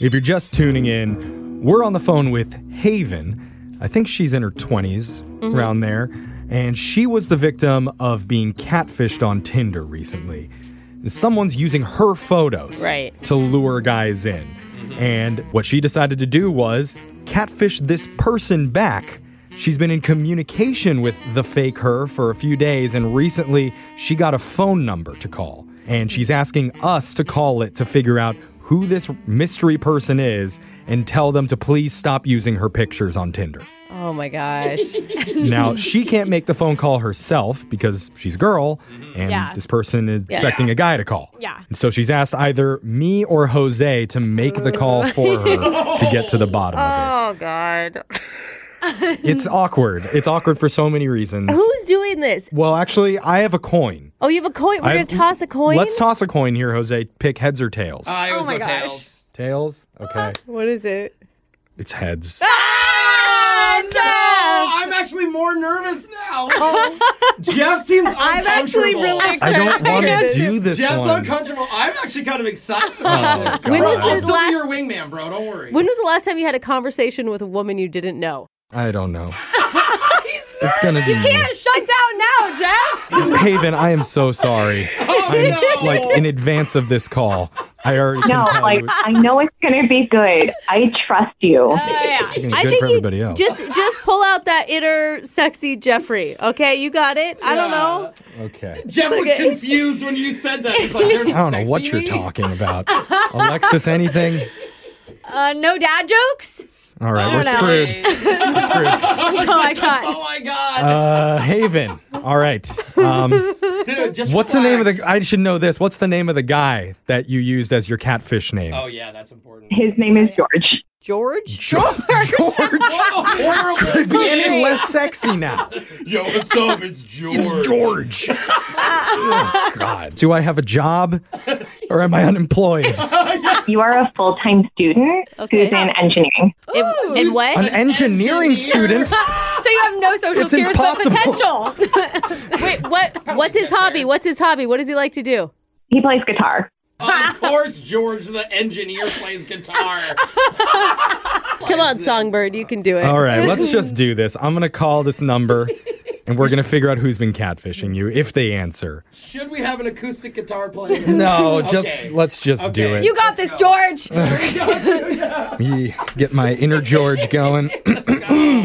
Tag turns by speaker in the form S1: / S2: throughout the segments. S1: If you're just tuning in, we're on the phone with Haven. I think she's in her 20s, around there. And she was the victim of being catfished on Tinder recently. Someone's using her photos
S2: Right.
S1: to lure guys in. And what she decided to do was catfish this person back. She's been in communication with the fake her for a few days, and recently she got a phone number to call. And she's asking us to call it to figure out who this mystery person is and tell them to please stop using her pictures on Tinder.
S2: Oh my gosh.
S1: Now, she can't make the phone call herself because she's a girl and
S3: Mm-hmm. Yeah.
S1: this person is expecting a guy to call.
S3: Yeah.
S1: And so she's asked either me or Jose to make the call
S3: Mm.
S1: for her to get to the bottom of
S2: oh god.
S1: it. It's awkward. It's awkward for so many reasons.
S2: Who's doing this?
S1: Well, actually, I have a coin.
S2: Oh, you have a coin. We're
S1: I-
S2: gonna toss a coin.
S1: Let's toss a coin here, Jose. Pick heads or tails.
S4: I
S3: Oh
S4: always
S3: my
S4: go
S3: gosh.
S4: tails.
S1: tails? Okay.
S2: what is it?
S1: It's heads.
S4: Oh, I'm actually more nervous now. Jeff seems uncomfortable.
S1: I don't want to do this
S4: Jeff's
S1: one.
S4: uncomfortable. I'm actually kind of excited
S1: Oh,
S4: about this.
S1: When was
S4: Bro, I'll
S2: the
S4: still
S2: last-
S4: be your wingman, bro. Don't worry.
S2: When was the last time you had a conversation with a woman you didn't know?
S1: I don't know. it's going to be me.
S3: Shut down now, Jeff.
S1: Haven, I am so sorry. I'm s- like in advance of this call. I already
S5: No,
S1: can tell
S5: like
S1: you
S5: I know it's gonna be good. I trust you.
S3: yeah.
S1: it's gonna
S2: I
S1: be good
S2: think
S1: for
S2: you
S1: everybody else.
S2: just just pull out that inner sexy Jeffrey. Okay, you got it. I don't know.
S1: okay.
S4: Jeff was confused when you said that. He's like, "There's
S1: I don't know what
S4: sexy
S1: you're
S4: me?"
S1: talking about. Alexis, anything?
S3: Uh, no dad jokes.
S1: All right, we're
S3: don't know.
S1: screwed. We're screwed.
S3: That's all I got.
S4: Oh my god,
S1: Uh, Haven. All right. Um,
S4: dude! Just
S1: what's the name of the?
S4: relax.
S1: I should know this. What's the name of the guy that you used as your catfish name?
S4: Oh yeah, that's important.
S5: His name is George.
S2: George?
S1: George. George.
S4: Oh, horrible.
S1: Be any less sexy now.
S4: Yo, what's up? It's George.
S1: It's George. oh, God. Do I have a job or am I unemployed?
S5: You are a full time student
S2: Okay.
S5: who's in engineering.
S2: In, in what?
S1: An engineering
S4: engineer.
S1: student?
S3: So you have no social
S1: It's
S3: skills,
S1: impossible.
S3: but potential.
S2: Wait, what what's his hobby? What's his hobby? What does he like to do?
S5: He plays guitar.
S4: Of course, George the engineer plays guitar.
S2: Come on, Songbird, you can do it.
S1: All right, let's just do this. I'm going to call this number and we're going to figure out who's been catfishing you if they answer.
S4: Should we have an acoustic guitar playing?
S1: No, just
S4: Okay.
S1: let's just do
S4: Okay.
S1: it.
S3: you got this, George.
S1: Me get my inner George going.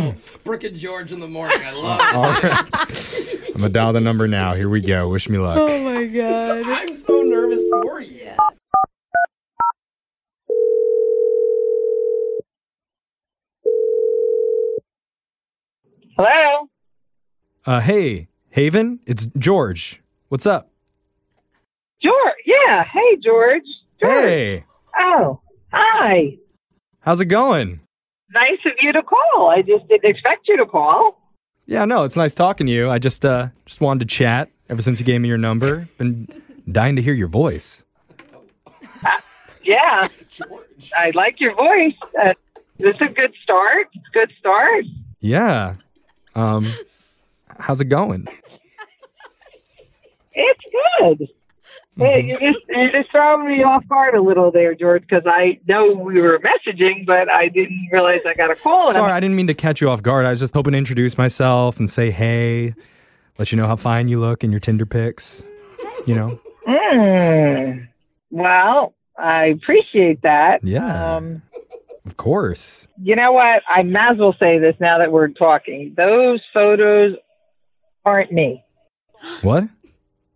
S4: Oh, Brooke and George in the morning. I love it.
S1: All right. I'm going to dial the number now. Here we go. Wish me luck.
S3: Oh
S2: Oh my god.
S4: I'm so nervous for you.
S5: Hello.
S1: Uh, hey, Haven, it's George. What's up?
S5: George. Yeah. Hey George.
S1: Hey,
S5: Oh. Hi.
S1: how's it going?
S5: Nice of you to call. I just didn't expect you to call.
S1: Yeah, no, it's nice talking to you. I just uh just wanted to chat ever since you gave me your number. Been dying to hear your voice.
S5: Yeah.
S4: George.
S5: I like your voice. Uh, this is a good start. Good start.
S1: Yeah. Um how's it going?
S5: It's good. Hey, you just you just thrown me off guard a little there, George, because I know we were messaging, but I didn't realize I got a call. And I'm
S1: Sorry, I didn't mean to catch you off guard. I was just hoping to introduce myself and say hey, let you know how fine you look in your Tinder pics. You know?
S5: Mm. Well, I appreciate that.
S1: Yeah.
S5: Um,
S1: Of course.
S5: you know what? I might as well say this now that we're talking. Those photos aren't me.
S1: What?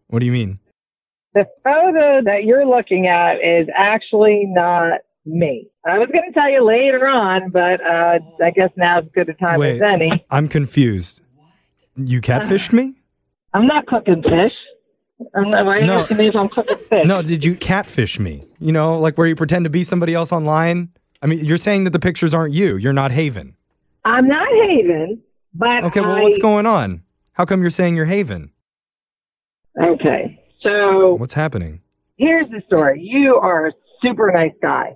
S1: What do you mean?
S5: The photo that you're looking at is actually not me. I was going to tell you later on, but uh, I guess now's as good a time
S1: Wait.
S5: as any.
S1: I'm confused. You catfished me?
S5: I'm not cooking fish. I'm not, why are you
S1: No.
S5: asking me if I'm cooking fish?
S1: No, did you catfish me? You know, like where you pretend to be somebody else online? I mean, you're saying that the pictures aren't you. You're not Haven.
S5: I'm not Haven, but
S1: Okay, well,
S5: I-
S1: what's going on? How come you're saying you're Haven?
S5: Okay, so
S1: What's happening?
S5: here's the story. You are a super nice guy.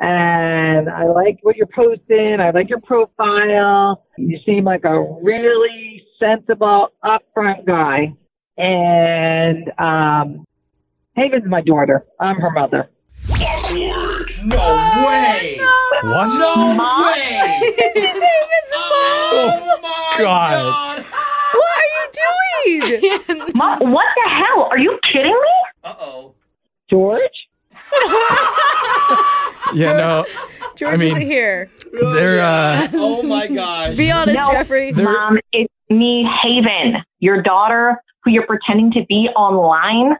S5: And I like what you're posting. I like your profile. You seem like a really sensible, upfront guy. And um, Haven's my daughter. I'm her mother.
S4: No way! Oh,
S1: What?
S4: Uh, No way! Oh my
S1: God.
S4: god!
S2: What are you doing?
S6: Mom, what the hell? Are you kidding me?
S4: Uh oh.
S5: George?
S1: Yeah, no.
S2: George
S1: I mean-
S2: isn't here.
S1: They're uh
S4: Oh my gosh.
S2: Be honest,
S6: No.
S2: Jeffrey.
S5: Hmm?
S1: There-
S6: Mom, it's me, Haven, your daughter who you're pretending to be online.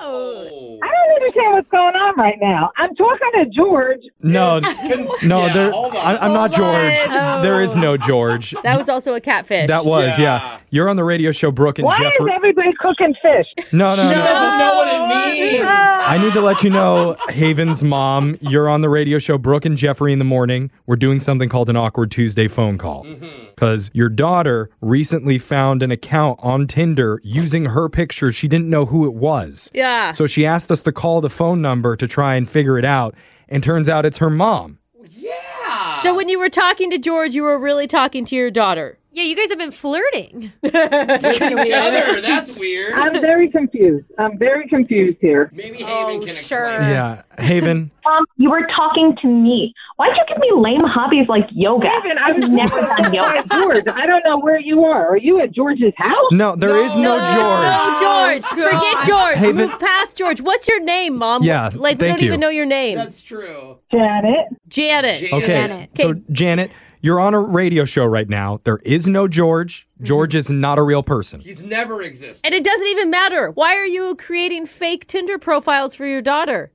S4: Oh.
S5: I don't understand what's going on right now. I'm talking to George.
S1: no
S4: Can-
S1: no
S4: yeah,
S1: there
S4: hold
S1: I,
S4: on.
S1: I'm not
S2: Hold on.
S1: George. There is no George.
S2: That was also a catfish.
S1: That was, yeah.
S4: Yeah.
S1: You're on the radio show Brooke and
S5: Why
S1: Jeffrey.
S5: is everybody cooking fish?
S1: No, no,
S4: She
S1: no.
S4: doesn't know what it means.
S1: I need to let you know, Haven's mom, you're on the radio show Brooke and Jeffrey in the morning. We're doing something called an awkward Tuesday phone call.
S4: Mm-hmm.
S1: Because your daughter recently found an account on Tinder using her picture. She didn't know who it was.
S2: yeah.
S1: So she asked us to call the phone number to try and figure it out. And turns out it's her mom.
S4: Yeah.
S2: So when you were talking to George, you were really talking to your daughter.
S3: Yeah, you guys have been flirting.
S4: With each other. That's weird.
S5: I'm very confused. I'm very confused here.
S4: Maybe Haven can
S3: sure.
S4: explain.
S1: Yeah. Haven,
S6: Mom, you were talking to me. Why'd you give me lame hobbies like yoga?
S5: Kevin, I'm
S6: I've never done yoga.
S5: George, I don't know where you are. Are you at George's house?
S1: no, there is no,
S2: There's
S1: George.
S2: No George. Forget George.
S1: Haven-
S2: Move past George. What's your name, Mom?
S1: Yeah,
S2: Like we
S1: thank
S2: don't
S1: you.
S2: even know your name.
S4: That's true.
S5: Janet.
S2: Janet.
S4: Jan-
S1: Okay.
S3: Janet.
S1: So,
S2: Okay.
S1: Janet, you're on a radio show right now. There is no George. George is not a real person.
S4: He's never existed.
S2: And it doesn't even matter. Why are you creating fake Tinder profiles for your daughter?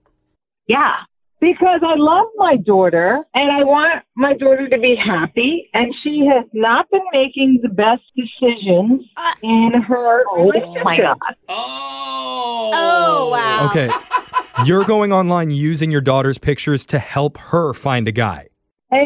S6: Yeah.
S5: Because I love my daughter and I want my daughter to be happy, and she has not been making the best decisions in her
S6: Oh my
S5: relationship.
S6: God.
S4: Oh.
S1: Okay. You're going online using your daughter's pictures to help her find a guy.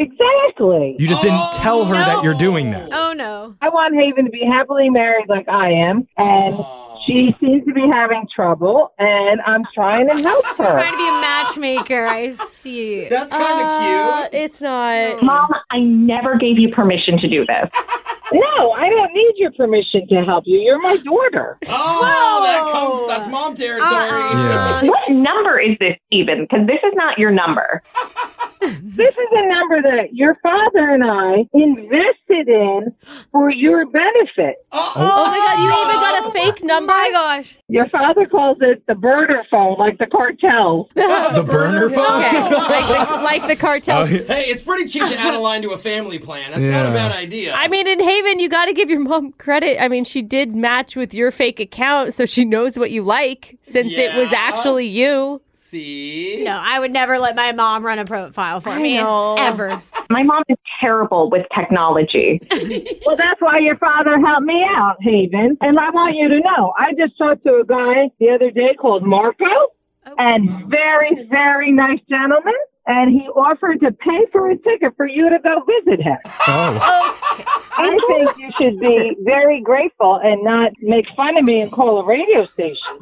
S5: Exactly.
S1: You just didn't
S4: Oh,
S1: tell her that you're doing
S4: no.
S1: that.
S3: Oh no.
S5: I want Haven to be happily married like I am, and
S4: Oh.
S5: she seems to be having trouble, and I'm trying to help her.
S3: Trying to be a matchmaker. I see.
S4: That's kind of
S2: Uh,
S4: cute.
S2: it's not.
S6: Mom, I never gave you permission to do this.
S5: No, I don't need your permission to help you. You're my daughter.
S4: Oh, that comes. That's mom territory.
S1: Yeah.
S6: What number is this even? Because this is not your number.
S5: This is a number that your father and I invested in for your benefit.
S4: Oh,
S2: Oh my God! You even got a fake number.
S3: My gosh.
S5: Your father calls it the burner phone, like the cartel.
S1: The burner phone?
S2: Okay. like, the, like the cartel.
S1: Oh, yeah.
S4: Hey, it's pretty cheap to add a line to a family plan. That's not
S1: Yeah.
S4: a bad idea.
S2: I mean, in Haven, you got to give your mom credit. I mean, she did match with your fake account, so she knows what you like since it was
S4: Yeah.
S2: actually you.
S4: see.
S3: No, I would never let my mom run a profile for me.
S2: know.
S3: Ever.
S6: My mom is terrible with technology.
S5: Well, that's why your father helped me out, Haven. And I want you to know, I just talked to a guy the other day called Marco, and very, very nice gentleman. And he offered to pay for a ticket for you to go visit him.
S1: Oh.
S5: I think you should be very grateful and not make fun of me and call a radio station.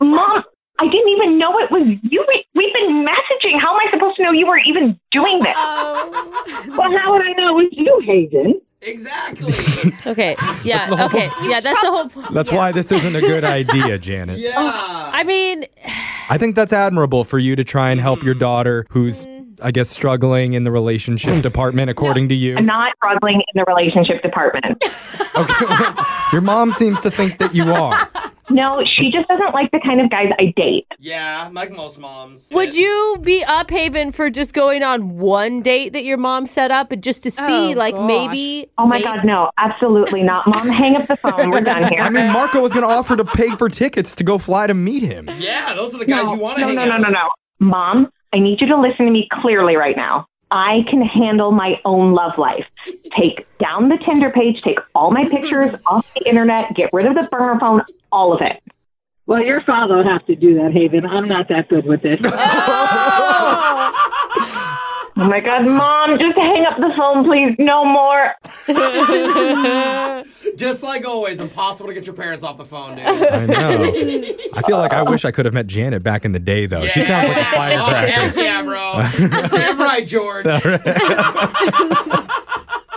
S6: Mom, I didn't even know it was you. We, we've been messaging. How am I supposed to know you were even doing this?
S5: Well, how would I know it was you, Haven?
S4: Exactly.
S2: Okay. Yeah.
S1: the whole
S2: okay. Yeah, that's the whole point.
S1: That's why this isn't a good idea, Janet.
S4: yeah.
S2: Oh, I mean,
S1: I think that's admirable for you to try and help your daughter who's, I guess, struggling in the relationship department, according to you.
S6: I'm not struggling in the relationship department.
S1: Okay. your mom seems to think that you are.
S6: No, she just doesn't like the kind of guys I date.
S4: yeah, like most moms.
S2: would you be up Haven for just going on one date that your mom set up and just to see,
S3: Oh,
S2: like,
S3: gosh.
S2: maybe?
S6: Oh my
S2: maybe-
S6: God, no, absolutely not. Mom, hang up the phone. We're done here.
S1: I mean, Marco was going to offer to pay for tickets to go fly to meet him.
S4: Yeah, those are the guys you want to
S6: no,
S4: hang
S6: no,
S4: out
S6: no, no, no. Mom, I need you to listen to me clearly right now. I can handle my own love life. Take down the Tinder page, take all my pictures off the internet, get rid of the burner phone, all of it.
S5: Well, your father will have to do that, Haven. I'm not that good with it.
S6: Oh my God, Mom, just hang up the phone, please. No more.
S4: with. Just like always, impossible to get your parents off the phone, dude.
S1: I know. I feel like I wish I could have met Janet back in the day, though. She
S4: Yeah.
S1: sounds like a
S4: Oh,
S1: firecracker.
S4: heck yeah, bro. Damn right, George.